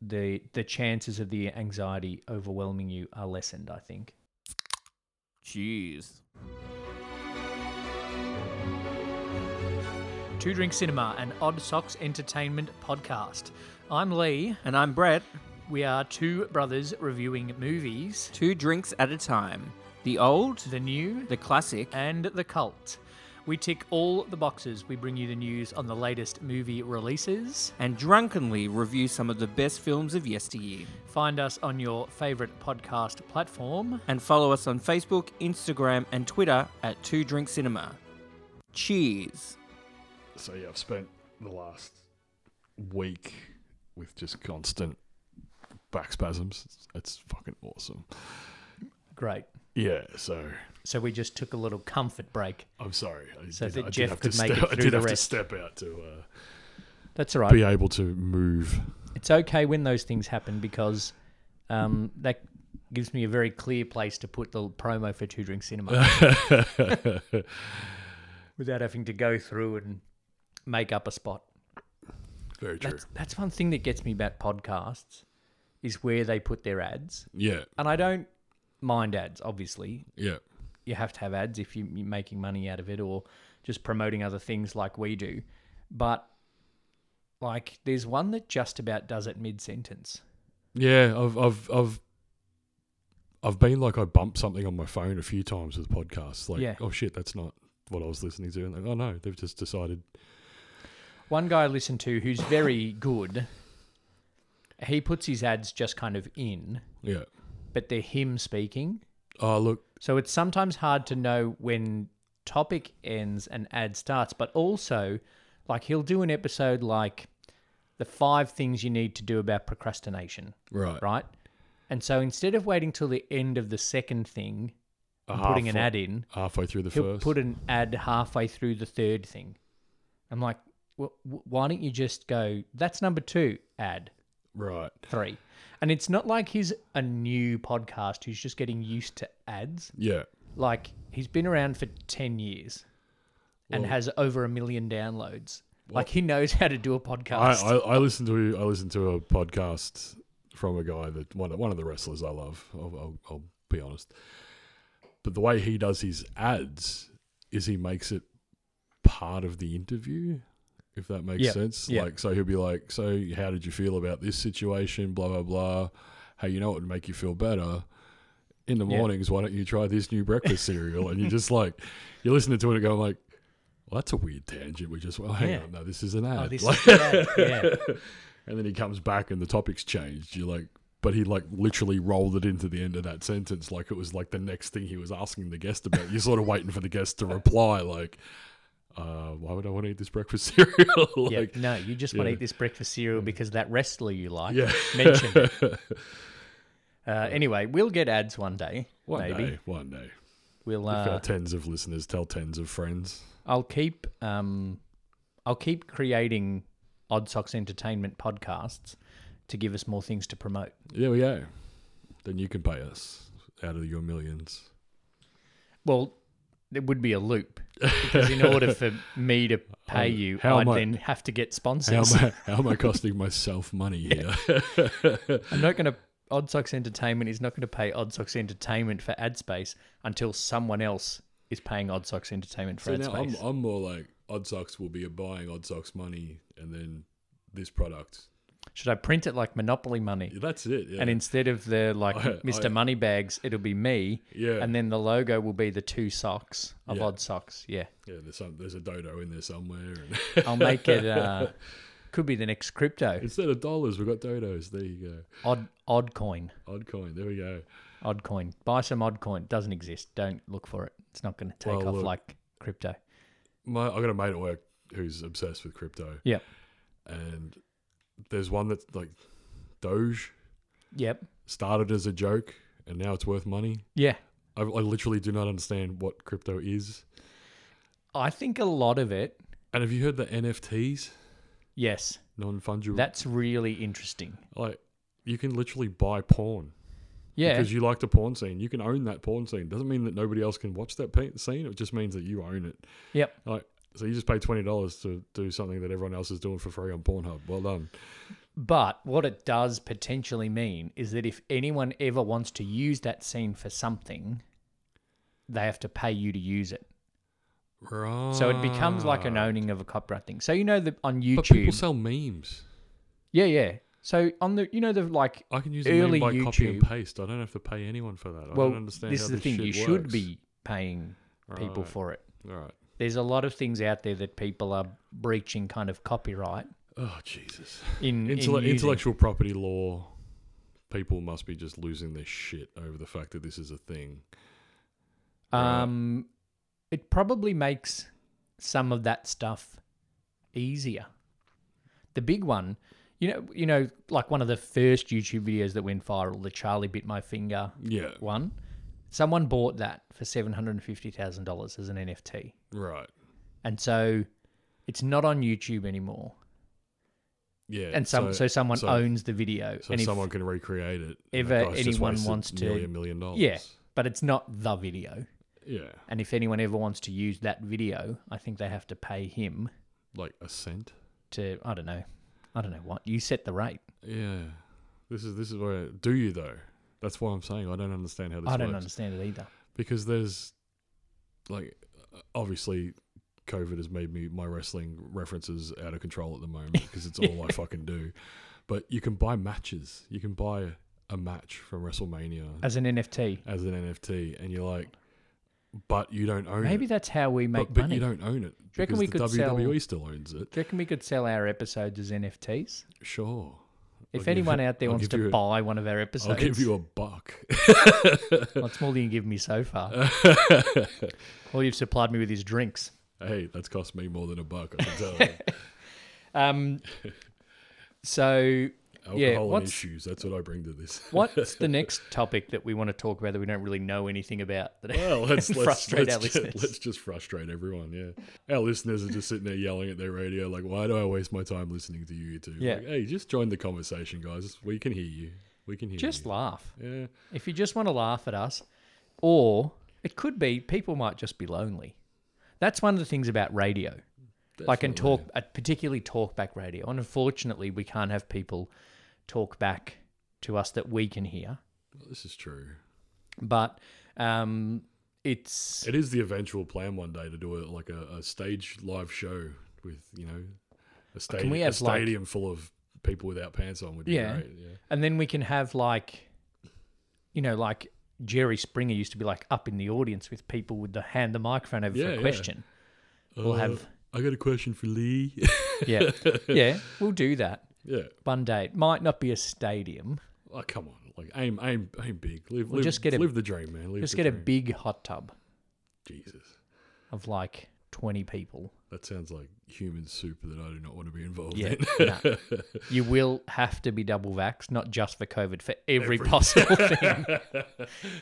B: the the chances of the anxiety overwhelming you are lessened, I think.
D: Jeez.
B: Two Drink Cinema, an Odd Socks Entertainment podcast. I'm Lee.
D: And I'm Brett.
B: We are two brothers reviewing movies,
D: Two drinks at a time. The old,
B: the new,
D: the classic,
B: and the cult. We tick all the boxes. We bring you the news on the latest movie releases.
D: and drunkenly review some of the best films of yesteryear.
B: Find us on your favorite podcast platform.
D: And follow us on Facebook, Instagram, and Twitter at Two Drink Cinema. Cheers.
C: so yeah, I've spent the last week with just constant back spasms. It's, it's fucking awesome.
B: Great.
C: Yeah, so
B: So we just took a little comfort break.
C: I'm sorry. I
B: So
C: did,
B: that
C: I
B: Jeff
C: did have
B: could
C: to
B: make it
C: step, I
B: through
C: did
B: the
C: have
B: rest.
C: to step out to
B: That's all
C: uh, be
B: right.
C: able to move.
B: It's okay when those things happen because um, that gives me a very clear place to put the promo for Two Drink Cinema without having to go through and make up a spot.
C: Very true.
B: That's, that's one thing that gets me about podcasts is where they put their ads.
C: yeah,
B: And I don't mind ads, obviously.
C: yeah,
B: you have to have ads if you- you're making money out of it or just promoting other things like we do. But like, there's one that just about does it mid sentence.
C: yeah. I've, I've, I've, I've been like I bumped something on my phone a few times with podcasts. Like,
B: Yeah.
C: oh shit, that's not what I was listening to. And like, oh no, they've just decided.
B: One guy I listened to who's very good, he puts his ads just kind of in,
C: Yeah.
B: but they're him speaking.
C: Oh look,
B: So it's sometimes hard to know when topic ends and ad starts, but also like he'll do an episode like the five things you need to do about procrastination.
C: right,
B: right? And so instead of waiting till the end of the second thing
C: A
B: and putting an
C: halfway-
B: ad in,
C: halfway through the
B: he'll
C: first.
B: put an ad halfway through the third thing. I'm like, well, wh- why don't you just go, that's number two, ad
C: right.
B: three. And it's not like he's a new podcast who's just getting used to ads.
C: Yeah.
B: Like, he's been around for 10 years and
C: Well-
B: has over a million downloads. like, he knows how to do a
C: I,
B: podcast.
C: I, I listened to I listened to a podcast from a guy that one of- one of the wrestlers I love. I'll, I'll, I'll be honest, but the way he does his ads is he makes it part of the interview. If that makes
B: Yeah,
C: sense,
B: yeah.
C: like so he'll be like, "So how did you feel about this situation?" Blah blah blah. Hey, you know what would make you feel better? In the
B: Yeah.
C: mornings, why don't you try this new breakfast cereal? And you're just like, you're listening to it and going like, "Well, that's a weird tangent." We just, well, hang
B: Yeah.
C: on, no, this is an ad.
B: oh, this
C: Like-
B: is the
C: [LAUGHS]
B: ad. Yeah.
C: and then he comes back and the topic's changed. You're like, but he like literally rolled it into the end of that sentence, like it was like the next thing he was asking the guest about. You're sort of waiting for the guest to reply, like, uh, "Why would I want to eat this breakfast [LAUGHS] cereal?" like,
B: yeah, no, you just want to
C: yeah. Mm.
B: eat this breakfast cereal because that wrestler you like
C: Yeah.
B: mentioned it.
C: [LAUGHS]
B: Uh, anyway, we'll get ads one day.
C: one
B: maybe
C: day, one day,
B: we'll.
C: if
B: Uh,
C: our tens of listeners tell tens of friends.
B: I'll keep. Um, I'll keep creating Odd Socks Entertainment podcasts to give us more things to promote.
C: There we go. Then you can pay us out of your millions.
B: Well, there would be a loop because in
C: [LAUGHS]
B: order for me to pay
C: Um,
B: you,
C: how
B: I'd
C: mu-
B: then have to get
C: How
B: sponsors.
C: am I, how am I costing
B: [LAUGHS]
C: myself money here?
B: I'm not going to. Odd Socks Entertainment is not going to pay Odd Socks Entertainment for ad space until someone else is paying Odd Socks Entertainment for
C: So
B: ad
C: now I'm,
B: space.
C: I'm more like Odd Socks will be buying Odd Socks money and then this product.
B: Should I print it like Monopoly money?
C: That's it. Yeah.
B: And instead of the like
C: I-
B: Mr.
C: I-
B: Moneybags, it'll be me.
C: yeah.
B: And then the logo will be the two socks of
C: Yeah.
B: odd socks. Yeah.
C: yeah, there's some there's a dodo in there somewhere. And
B: I'll make it uh Could be the next crypto.
C: [LAUGHS] Instead of dollars, we've got dodos. There you
B: Odd odd coin.
C: go. Odd coin. There we go.
B: Odd coin. Buy some odd coin. Doesn't exist. Don't look for it. It's not going to take
C: Well,
B: off
C: look.
B: like crypto.
C: My, I got a mate at work who's obsessed with crypto,
B: Yep.
C: and there's one that's like Doge
B: Yep.
C: started as a joke, and now it's worth money.
B: Yeah.
C: I, I literally do not understand what crypto is.
B: I think a lot of it.
C: And have you heard the NFTs,
B: Yes.
C: non fungible?
B: That's really interesting.
C: like you can literally buy porn
B: Yeah.
C: because you like the porn scene. You can own that porn scene. Doesn't mean that nobody else can watch that pe- scene. It just means that you own it.
B: yep.
C: Like so, you just pay twenty dollars to do something that everyone else is doing for free on Pornhub. Well done.
B: But what it does potentially mean is that if anyone ever wants to use that scene for something, they have to pay you to use it.
C: Right.
B: So it becomes like an owning of a copyright thing. So you know the on
C: Ah. But
B: YouTube.
C: people sell memes.
B: yeah, yeah. So on the you know the like
C: I can use
B: Early
C: a meme by copy and
B: YouTube-
C: paste. I don't have to pay anyone for that. I
B: well
C: don't understand.
B: this
C: how
B: is the thing
C: shit
B: you should
C: works.
B: be paying people
C: Right.
B: for it.
C: All right.
B: There's a lot of things out there that people are breaching kind of copyright
C: Oh Jesus.
B: in, in
C: Intelle-
B: using.
C: intellectual property law. People must be just losing their shit over the fact that this is a thing.
B: Um, it probably makes some of that stuff easier. The big one, you know, you know, like one of the first YouTube videos that went viral, the Charlie bit my finger
C: Yeah.
B: one. Someone bought that for seven hundred and fifty thousand dollars as an NFT,
C: Right.
B: and so it's not on YouTube anymore.
C: Yeah.
B: And some, so, someone
C: so-
B: owns the video,
C: So
B: and if-
C: someone can recreate it.
B: if,
C: that
B: uh,
C: guy's just
B: anyone
C: wasted
B: wants to-
C: nearly a million dollars.
B: yeah, but it's not the video.
C: Yeah.
B: And if anyone ever wants to use that video, I think they have to pay him
C: Like a cent.
B: to I don't know, I don't know what you set the rate.
C: Yeah. This is this is where do you though? That's why I'm saying I don't understand how this
B: I don't
C: works.
B: understand it either.
C: Because there's like obviously COVID has made me my wrestling references out of control at the
B: [LAUGHS]
C: moment because it's all I fucking do. But you can buy matches. You can buy a match from WrestleMania
B: As an NFT,
C: as an NFT and you're like but you don't own it.
B: maybe that's how we make
C: but, but
B: money.
C: you
B: Do
C: don't own it
B: you reckon
C: because
B: we
C: the
B: could sell-
C: WWE still owns it.
B: you reckon we could sell our episodes as NFTs?
C: Sure.
B: If
C: give
B: anyone
C: you-
B: out there
C: I'll
B: wants
C: give you
B: to
C: a-
B: buy one of our
C: I'll
B: episodes,
C: give you a buck.
B: [LAUGHS] what's more than you give me so
C: [LAUGHS]
B: far? All you've supplied me with is drinks.
C: hey, that's cost me more than a buck. I can
B: [LAUGHS]
C: tell. you.
B: Um, so
C: Alcohol
B: Yeah,
C: and
B: what's-
C: issues. That's what I bring to this. [LAUGHS]
B: what's the next topic that we want to talk about that we don't really know anything about? That [LAUGHS]
C: Well, let's, let's
B: frustrate
C: let's
B: our
C: just,
B: listeners.
C: Let's just frustrate everyone. Yeah, our listeners are just sitting there yelling at their radio, like, "Why do I waste my time listening to you two?
B: Yeah.
C: Like, hey, just join the conversation, guys. We can hear you. We can hear
B: just
C: you.
B: laugh.
C: yeah,
B: If you just want to laugh at us, or it could be people might just be lonely. That's one of the things about radio. Like and
C: definitely.
B: talk, uh, particularly talkback radio. And unfortunately, we can't have people talk back to us that we can hear.
C: This is true.
B: But um, it's
C: It is the eventual plan one day to do a, like a, a stage live show with you know a, stadium,
B: we
C: a
B: have, like-
C: stadium full of people without pants on would be
B: Yeah.
C: great. Yeah.
B: and then we can have like, you know, like Jerry Springer used to be like up in the audience with people with the hand the microphone over
C: Yeah,
B: for a
C: yeah.
B: question. We'll
C: Uh,
B: have
C: I got a question for Lee. [LAUGHS]
B: yeah yeah we'll do that
C: yeah.
B: one day. It might not be a stadium.
C: Oh, come on. Like aim, aim, aim big. Live,
B: We'll
C: live,
B: just get a-
C: live the dream, man. Live
B: Just
C: the
B: get a
C: dream.
B: big hot tub
C: Jesus.
B: of like 20 people.
C: That sounds like human soup that I do not want to be involved
B: Yeah.
C: in. [LAUGHS]
B: nah. You will have to be double vaxxed, not just for COVID, for every
C: [LAUGHS]
B: possible thing.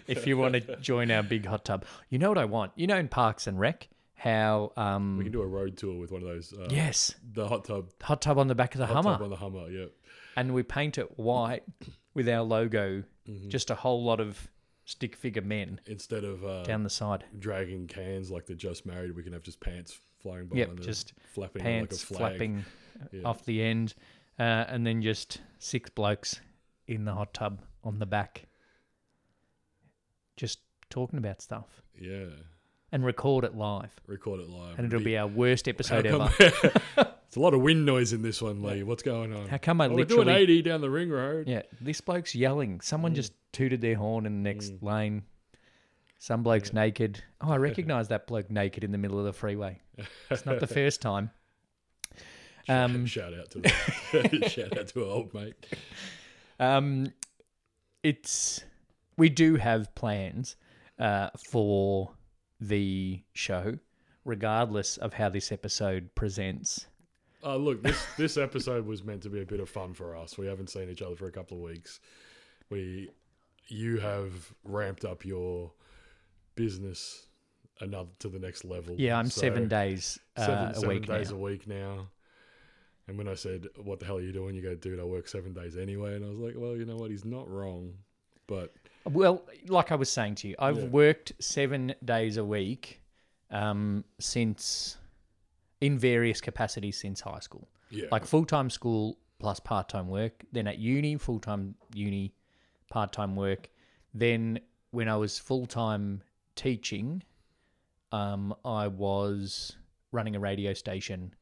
B: if you want to join our big hot tub. You know what I want? You know in Parks and Rec how
C: We
B: um
C: can do a road tour with one of those. Uh,
B: yes,
C: The hot tub.
B: hot tub on the back of the
C: Hot
B: Hummer
C: tub on the Hummer. Yeah.
B: and we paint it white with our logo,
C: Mm-hmm.
B: just a whole lot of stick figure men
C: Instead of uh,
B: down the side.
C: dragging cans like they're just married, we can have just pants flying by.
B: Yep,
C: and
B: just
C: flapping
B: pants
C: like a flag.
B: flapping off the end, uh, and then just six blokes in the hot tub on the back, just talking about stuff
C: Yeah.
B: and record it live.
C: Record it live.
B: And it'll be our worst
C: How
B: episode ever.
C: come- it's a lot of wind noise in this one, Lee. What's going on?
B: How come I
C: oh, We're doing
B: literally-
C: 80 down the ring road.
B: Yeah, this bloke's yelling.
C: Mm.
B: Someone just tooted their horn in the next lane. Some bloke's naked. Oh, I
C: [LAUGHS]
B: recognize that bloke naked in the middle of the freeway. It's not the first time. Um,
C: shout out to the, [LAUGHS] shout out to our old mate.
B: Um, it's we do have plans uh, for the show, regardless of how this episode presents.
C: Uh, look, this this episode was meant to be a bit of fun for us. We haven't seen each other for a couple of weeks. We, you have ramped up your business another to the next level.
B: Yeah, I'm
C: So,
B: seven days uh,
C: seven-
B: a
C: seven
B: week
C: days
B: now.
C: a week now. And when I said, "What the hell are you doing?" You go, "Dude, I work seven days anyway." And I was like, "Well, you know what? He's not wrong." But
B: Well, like I was saying to you, I've
C: Yeah.
B: worked seven days a week um, since, in various capacities since high school,
C: yeah,
B: like full time school plus part time work. Then at uni, full time uni, part time work. Then when I was full time teaching, um, I was running a radio station,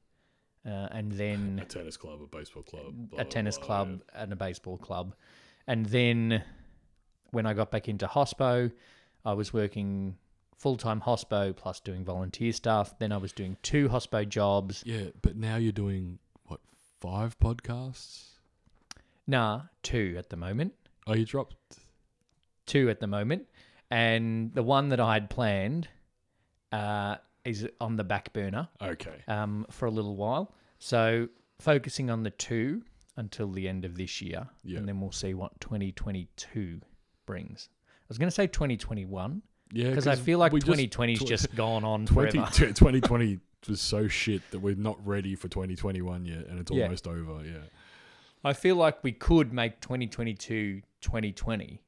B: uh, and then
C: [LAUGHS] a tennis club, a baseball club, blah,
B: a
C: blah,
B: tennis
C: blah,
B: club and a baseball club. And then when I got back into hospo, I was working full time hospo plus doing volunteer stuff. Then I was doing two hospo jobs.
C: Yeah. yeah, but now you're doing what five podcasts?
B: Nah, two at the moment.
C: Oh, you dropped.
B: Two at the moment. And the one that I had planned uh, is on the back burner
C: Okay.
B: um, for a little while. So focusing on the two until the end of this year.
C: Yeah.
B: And then we'll see what 2022 brings. I was going to say 2021.
C: Yeah,
B: because I feel like
C: we
B: 2020's
C: tw-
B: just,
C: [LAUGHS]
B: gone on
C: 20,
B: forever.
C: 2020 was so shit that we're not ready for 2021 yet, and it's
B: Yeah.
C: almost over. Yeah,
B: I feel like we could make 2022 2020.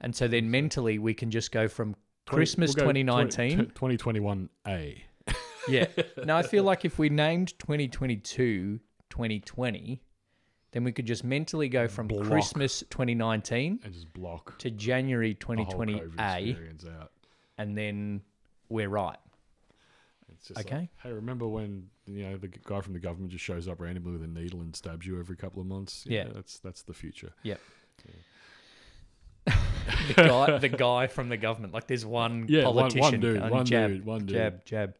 B: And so then mentally we can just go from Christmas 2019.
C: 2021 A. [LAUGHS]
B: yeah. No, I feel like if we named 2022 2020, then we could just mentally go from
C: Block.
B: Christmas 2019
C: and just block
B: to January
C: the whole
B: 2020
C: COVID
B: A,
C: experience out.
B: and then we're right.
C: It's just like,
B: Okay.
C: hey, remember when you know the guy from the government just shows up randomly with a needle and stabs you every couple of months?
B: Yeah.
C: that's that's the future.
B: Yep. the,
C: [LAUGHS]
B: guy, the guy from the government. Like there's one
C: Yeah, one- one
B: politician.
C: dude,
B: going,
C: one
B: jab,
C: dude, one dude."
B: Jab, jab.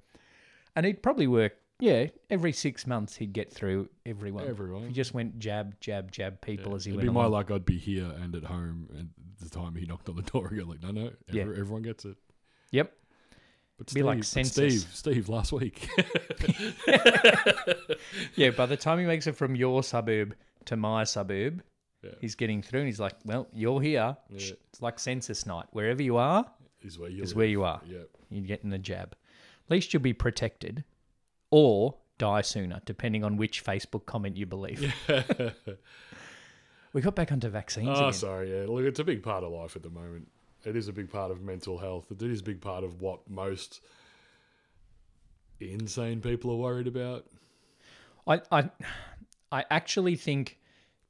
B: And he'd probably work, yeah, every six months he'd get through everyone.
C: Everyone.
B: He just went jab, jab, jab people as he
C: It'd
B: went
C: be my
B: along.
C: luck. I'd be here and at home. And the time he knocked on the door, I go like, no, no,
B: Yeah.
C: every, everyone gets it.
B: Yep.
C: But
B: Be
C: Steve,
B: like
C: but
B: census.
C: Steve, Steve, last week. [LAUGHS]
B: Yeah, by the time he makes it from your suburb to my suburb,
C: Yeah.
B: he's getting through and he's like, well, you're here.
C: Yeah.
B: It's like census night. Wherever you are
C: is where you
B: is
C: live.
B: where you are.
C: Yep.
B: You're getting the jab. At least you'll be protected or die sooner, depending on which Facebook comment you
C: [LAUGHS]
B: believe. we got back onto vaccines
C: Oh,
B: again.
C: sorry. Yeah. Look, it's a big part of life at the moment. It is a big part of mental health. It is a big part of what most insane people are worried about.
B: I, I, I actually think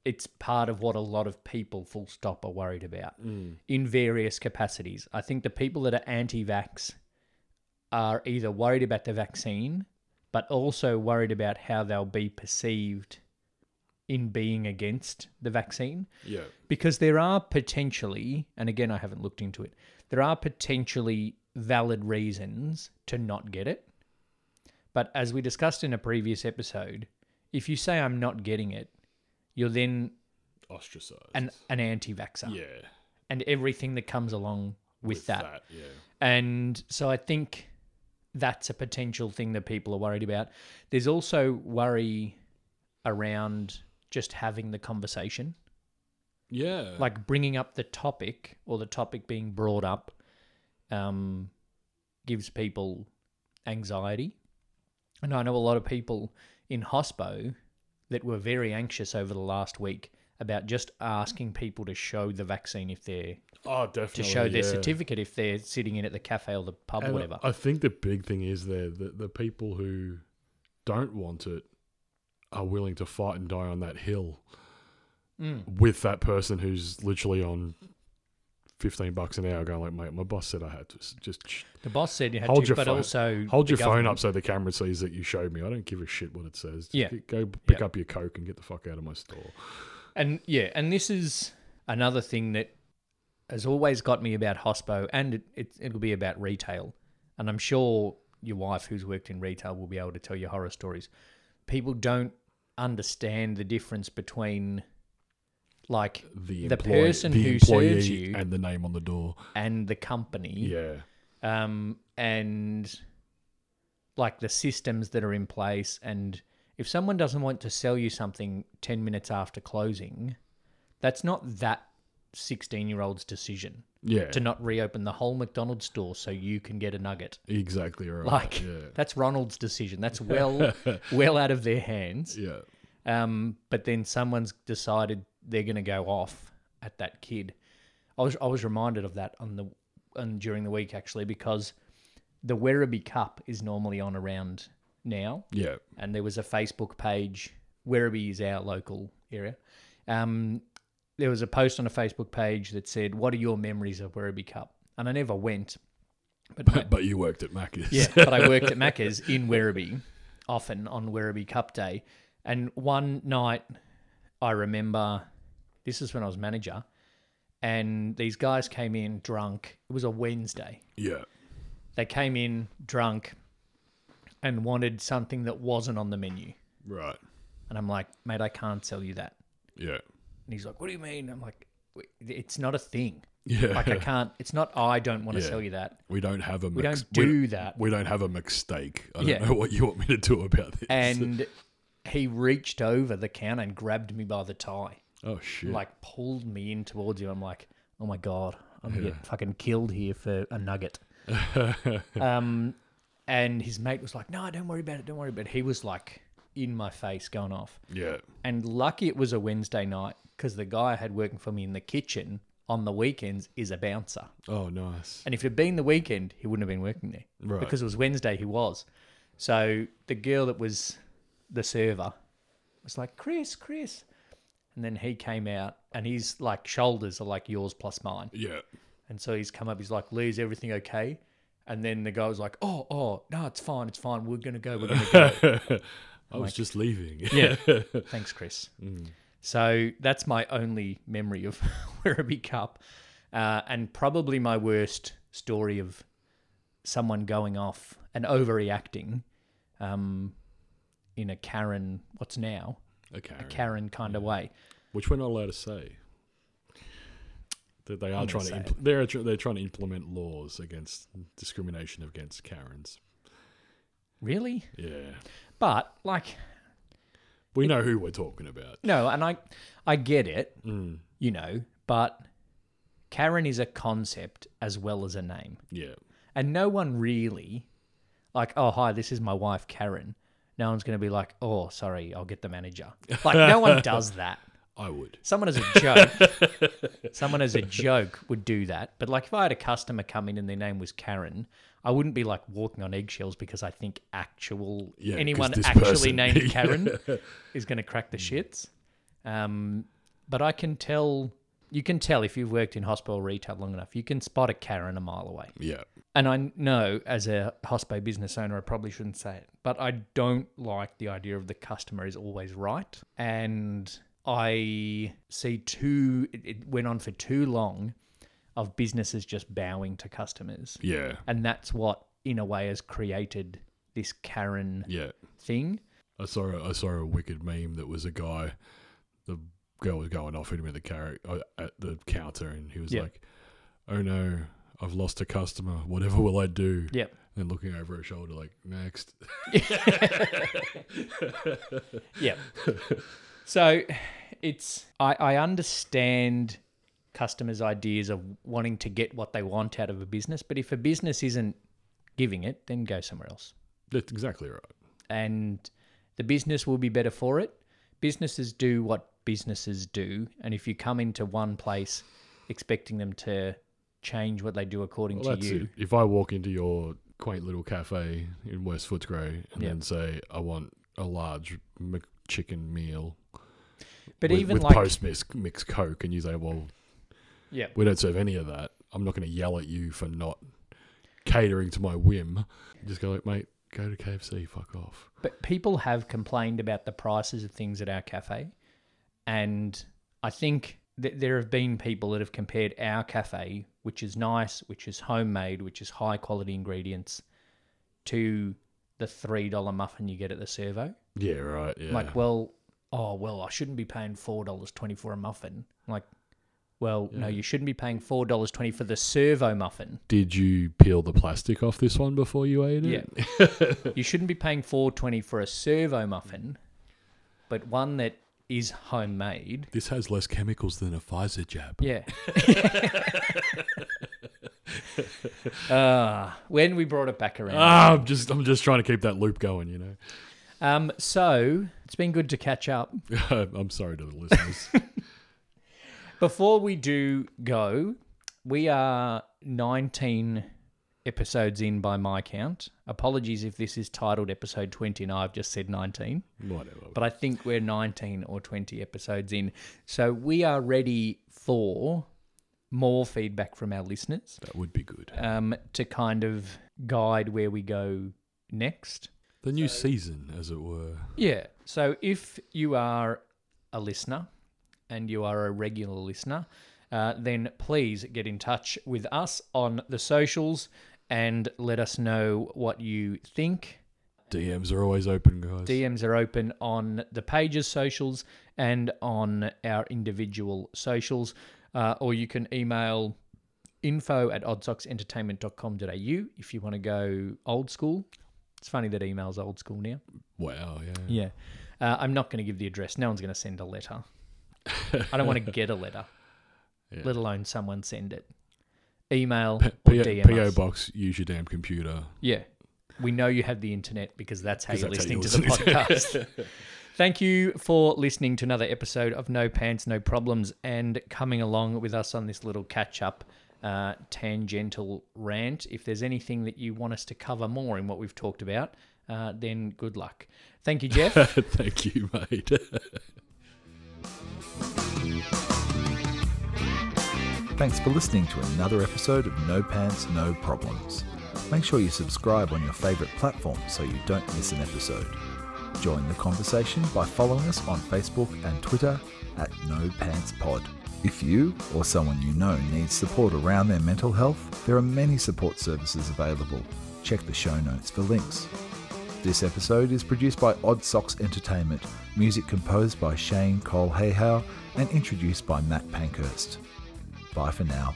B: it's part of what a lot of people, full stop, are worried about in various capacities. I think the people that are anti vax are either worried about the vaccine, but also worried about how they'll be perceived in being against the vaccine.
C: Yeah.
B: because there are potentially, and again, I haven't looked into it, there are potentially valid reasons to not get it. But as we discussed in a previous episode, if you say I'm not getting it, you're then
C: Ostracized.
B: an, an anti vaxxer
C: yeah.
B: and everything that comes along with, that.
C: Yeah.
B: And so I think that's a potential thing that people are worried about. There's also worry around just having the conversation
C: Yeah.
B: like bringing up the topic or the topic being brought up um, gives people anxiety. And I know a lot of people in hospo that were very anxious over the last week about just asking people to show the vaccine if they're
C: oh,
B: to
C: definitely.
B: show their
C: yeah.
B: certificate if they're sitting in at the cafe or the pub or
C: And
B: whatever.
C: I think the big thing is there that the people who don't want it are willing to fight and die on that hill
B: Mm.
C: with that person who's literally on fifteen bucks an hour, going like, "Mate, my boss said I had to s- just sh-
B: the boss said you had
C: hold
B: to,
C: your
B: but
C: phone,
B: also
C: hold
B: the
C: your phone
B: government-
C: up so the camera sees that you showed me. I don't give a shit what it says. Just
B: Yeah.
C: g- go b- pick
B: Yeah.
C: up your coke and get the fuck out of my store."
B: And yeah, and this is another thing that has always got me about hospo, and it, it, it'll be about retail. And I'm sure your wife, who's worked in retail, will be able to tell you horror stories. people don't understand the difference between like
C: The,
B: The
C: employee-
B: person
C: the
B: who serves
C: employee
B: you-
C: and the name on the door.
B: and the company
C: Yeah,
B: um, and like the systems that are in place. And if someone doesn't want to sell you something 10 minutes after closing, that's not that 16 year old's decision
C: yeah,
B: to not reopen the whole McDonald's store so you can get a nugget.
C: exactly right.
B: Like
C: yeah,
B: that's Ronald's decision.
C: [LAUGHS]
B: That's well, well out of their hands.
C: yeah,
B: Um, but then someone's decided they're going to go off at that kid. I was I was reminded of that on the on during the week actually because the Werribee Cup is normally on around now,
C: yeah,
B: and there was a Facebook page. Werribee is our local area. Um, there was a post on a Facebook page that said, "What are your memories of Werribee Cup?" And I never went, but
C: [LAUGHS]
B: my-
C: But, but you worked at Macca's.
B: yeah, [LAUGHS] but I worked at Macca's in Werribee, often on Werribee Cup Day. And one night, I remember this is when I was manager, and these guys came in drunk. It was a Wednesday.
C: [LAUGHS] yeah,
B: They came in drunk and wanted something that wasn't on the menu.
C: right,
B: And I'm like, mate, I can't sell you that.
C: yeah,
B: And he's like, what do you mean? I'm like, "W- it's not a thing.
C: yeah.
B: Like,
C: [LAUGHS]
B: I can't, it's not, I don't want to
C: Yeah.
B: sell you that.
C: we don't have a.
B: We
C: mix-
B: don't do that.
C: We don't have a mistake. I don't
B: Yeah.
C: know what you want me to do about this.
B: and he reached over the counter and grabbed me by the tie,
C: oh shit!
B: like pulled me in towards you. I'm like, oh my god, I'm gonna get fucking killed here for a nugget. um, and his mate was like, no, don't worry about it, don't worry about it. He was like in my face, going off.
C: yeah,
B: And lucky it was a Wednesday night because the guy I had working for me in the kitchen on the weekends is a bouncer.
C: oh nice.
B: And if it had been the weekend, he wouldn't have been working there.
C: Right.
B: Because it was Wednesday, he was. So the girl that was the server was like, Chris, Chris. And then he came out and his like shoulders are like yours plus mine.
C: Yeah,
B: And so he's come up, he's like, Lee, is everything okay? And then the guy was like, Oh, oh, no, it's fine, it's fine. We're gonna go, we're gonna go.
C: I was just leaving. [LAUGHS]
B: yeah. Thanks, Chris. So that's my only memory of [LAUGHS] Werribee Cup. Uh, and probably my worst story of someone going off and overreacting um, in a Karen, what's now,
C: okay.
B: a Karen kind of way.
C: which we're not allowed to say. That they are
B: I'm gonna
C: trying to
B: say
C: impl- they're tr- they're trying to implement laws against discrimination against Karens.
B: Really?
C: Yeah,
B: But, like,
C: we know who we're talking about.
B: no, and I, I get it, you know, but Karen is a concept as well as a name.
C: Yeah,
B: And no one really, like, oh, hi, this is my wife, Karen. No one's going to be like, oh, sorry, I'll get the manager. Like, no
C: [LAUGHS]
B: one does that.
C: I would.
B: Someone as a joke, someone as a joke would do that. But, like, if I had a customer come in and their name was Karen, I wouldn't be like walking on eggshells because I think actual
C: Yeah, 'cause
B: anyone
C: this
B: actually
C: person- [LAUGHS]
B: named
C: Yeah.
B: Karen is going to crack the shits. Um, but I can tell, you can tell if you've worked in hospital retail long enough, you can spot a Karen a mile away
C: Yeah,
B: and I know as a hospo business owner, I probably shouldn't say it, but I don't like the idea of the customer is always right. And I see too, it- it went on for too long of businesses just bowing to customers.
C: yeah,
B: And that's what, in a way, has created this Karen
C: yeah.
B: thing.
C: I saw a, I saw a wicked meme that was a guy, the girl was going off at him at the car- uh, at the counter, and he was
B: Yeah.
C: like, "Oh no, I've lost a customer. Whatever will I do?"
B: Yep.
C: And looking over her shoulder, like next.
B: Yeah. [LAUGHS] so it's I, I understand customers' ideas of wanting to get what they want out of a business, but if a business isn't giving it, then go somewhere else.
C: That's exactly right.
B: And the business will be better for it. Businesses do what businesses do, and if you come into one place expecting them to change what they do according
C: Well,
B: to
C: that's
B: you,
C: it. If I walk into your quaint little cafe in West Footscray and
B: Yeah.
C: then say I want a large McChicken meal,
B: but
C: with,
B: even
C: with
B: like
C: post mix, mix Coke, and you say, "Well,
B: yeah,
C: we don't serve any of that," I'm not going to yell at you for not catering to my whim. Just go like, mate, go to KFC. Fuck off.
B: But people have complained about the prices of things at our cafe. And I think that there have been people that have compared our cafe, which is nice, which is homemade, which is high quality ingredients, to the three dollar muffin you get at the servo.
C: Yeah, right. Yeah.
B: Like, well, oh well, I shouldn't be paying four dollars twenty for a muffin. Like, well, no, you shouldn't be paying four dollars twenty for the servo muffin.
C: Did you peel the plastic off this one before you ate it? Yeah.
B: [LAUGHS] you shouldn't be paying four twenty for a servo muffin, but one that is homemade.
C: This has less chemicals than a Pfizer jab.
B: Yeah. [LAUGHS] uh, when we brought it back around.
C: Ah, I'm just I'm just trying to keep that loop going, you know.
B: Um, so it's been good to catch up.
C: [LAUGHS] I'm sorry to the listeners.
B: Before we do go, we are 19 episodes in by my count. Apologies if this is titled episode 20 and I've just said 19,
C: Whatever.
B: but I think we're 19 or 20 episodes in. So we are ready for more feedback from our listeners
C: That would be good.
B: um, to kind of guide where we go next.
C: The new season, as it were.
B: Yeah. So if you are a listener and you are a regular listener, uh, then please get in touch with us on the socials and let us know what you think.
C: DMs are always open, guys.
B: DMs are open on the pages socials and on our individual socials, uh, or you can email info at oddsocksentertainment.com.au if you want to go old school. It's funny that email's old school now.
C: wow. Yeah.
B: Yeah. Uh, I'm not going to give the address. No one's going to send a
C: [LAUGHS]
B: letter. I don't want to get a letter,
C: Yeah.
B: let alone someone send it. Email
C: P-
B: or
C: P-
B: DM
C: PO
B: us.
C: box. Use your damn computer.
B: Yeah. We know you have the internet because that's how
C: 'Cause
B: you're
C: that's how
B: listening
C: you're
B: to the podcast. [LAUGHS] Thank you for listening to another episode of No Pants, No Problems and coming along with us on this little catch up uh, tangential rant. If there's anything that you want us to cover more in what we've talked about, uh, then good luck. Thank you, Jeff.
C: [LAUGHS] Thank you, mate. [LAUGHS]
A: Thanks for listening to another episode of No Pants, No Problems. Make sure you subscribe on your favourite platform so you don't miss an episode. Join the conversation by following us on Facebook and Twitter at No Pants Pod. If you or someone you know needs support around their mental health, there are many support services available. Check the show notes for links. This episode is produced by Odd Socks Entertainment, music composed by Shane Cole Hayhow and introduced by Matt Pankhurst. Bye for now.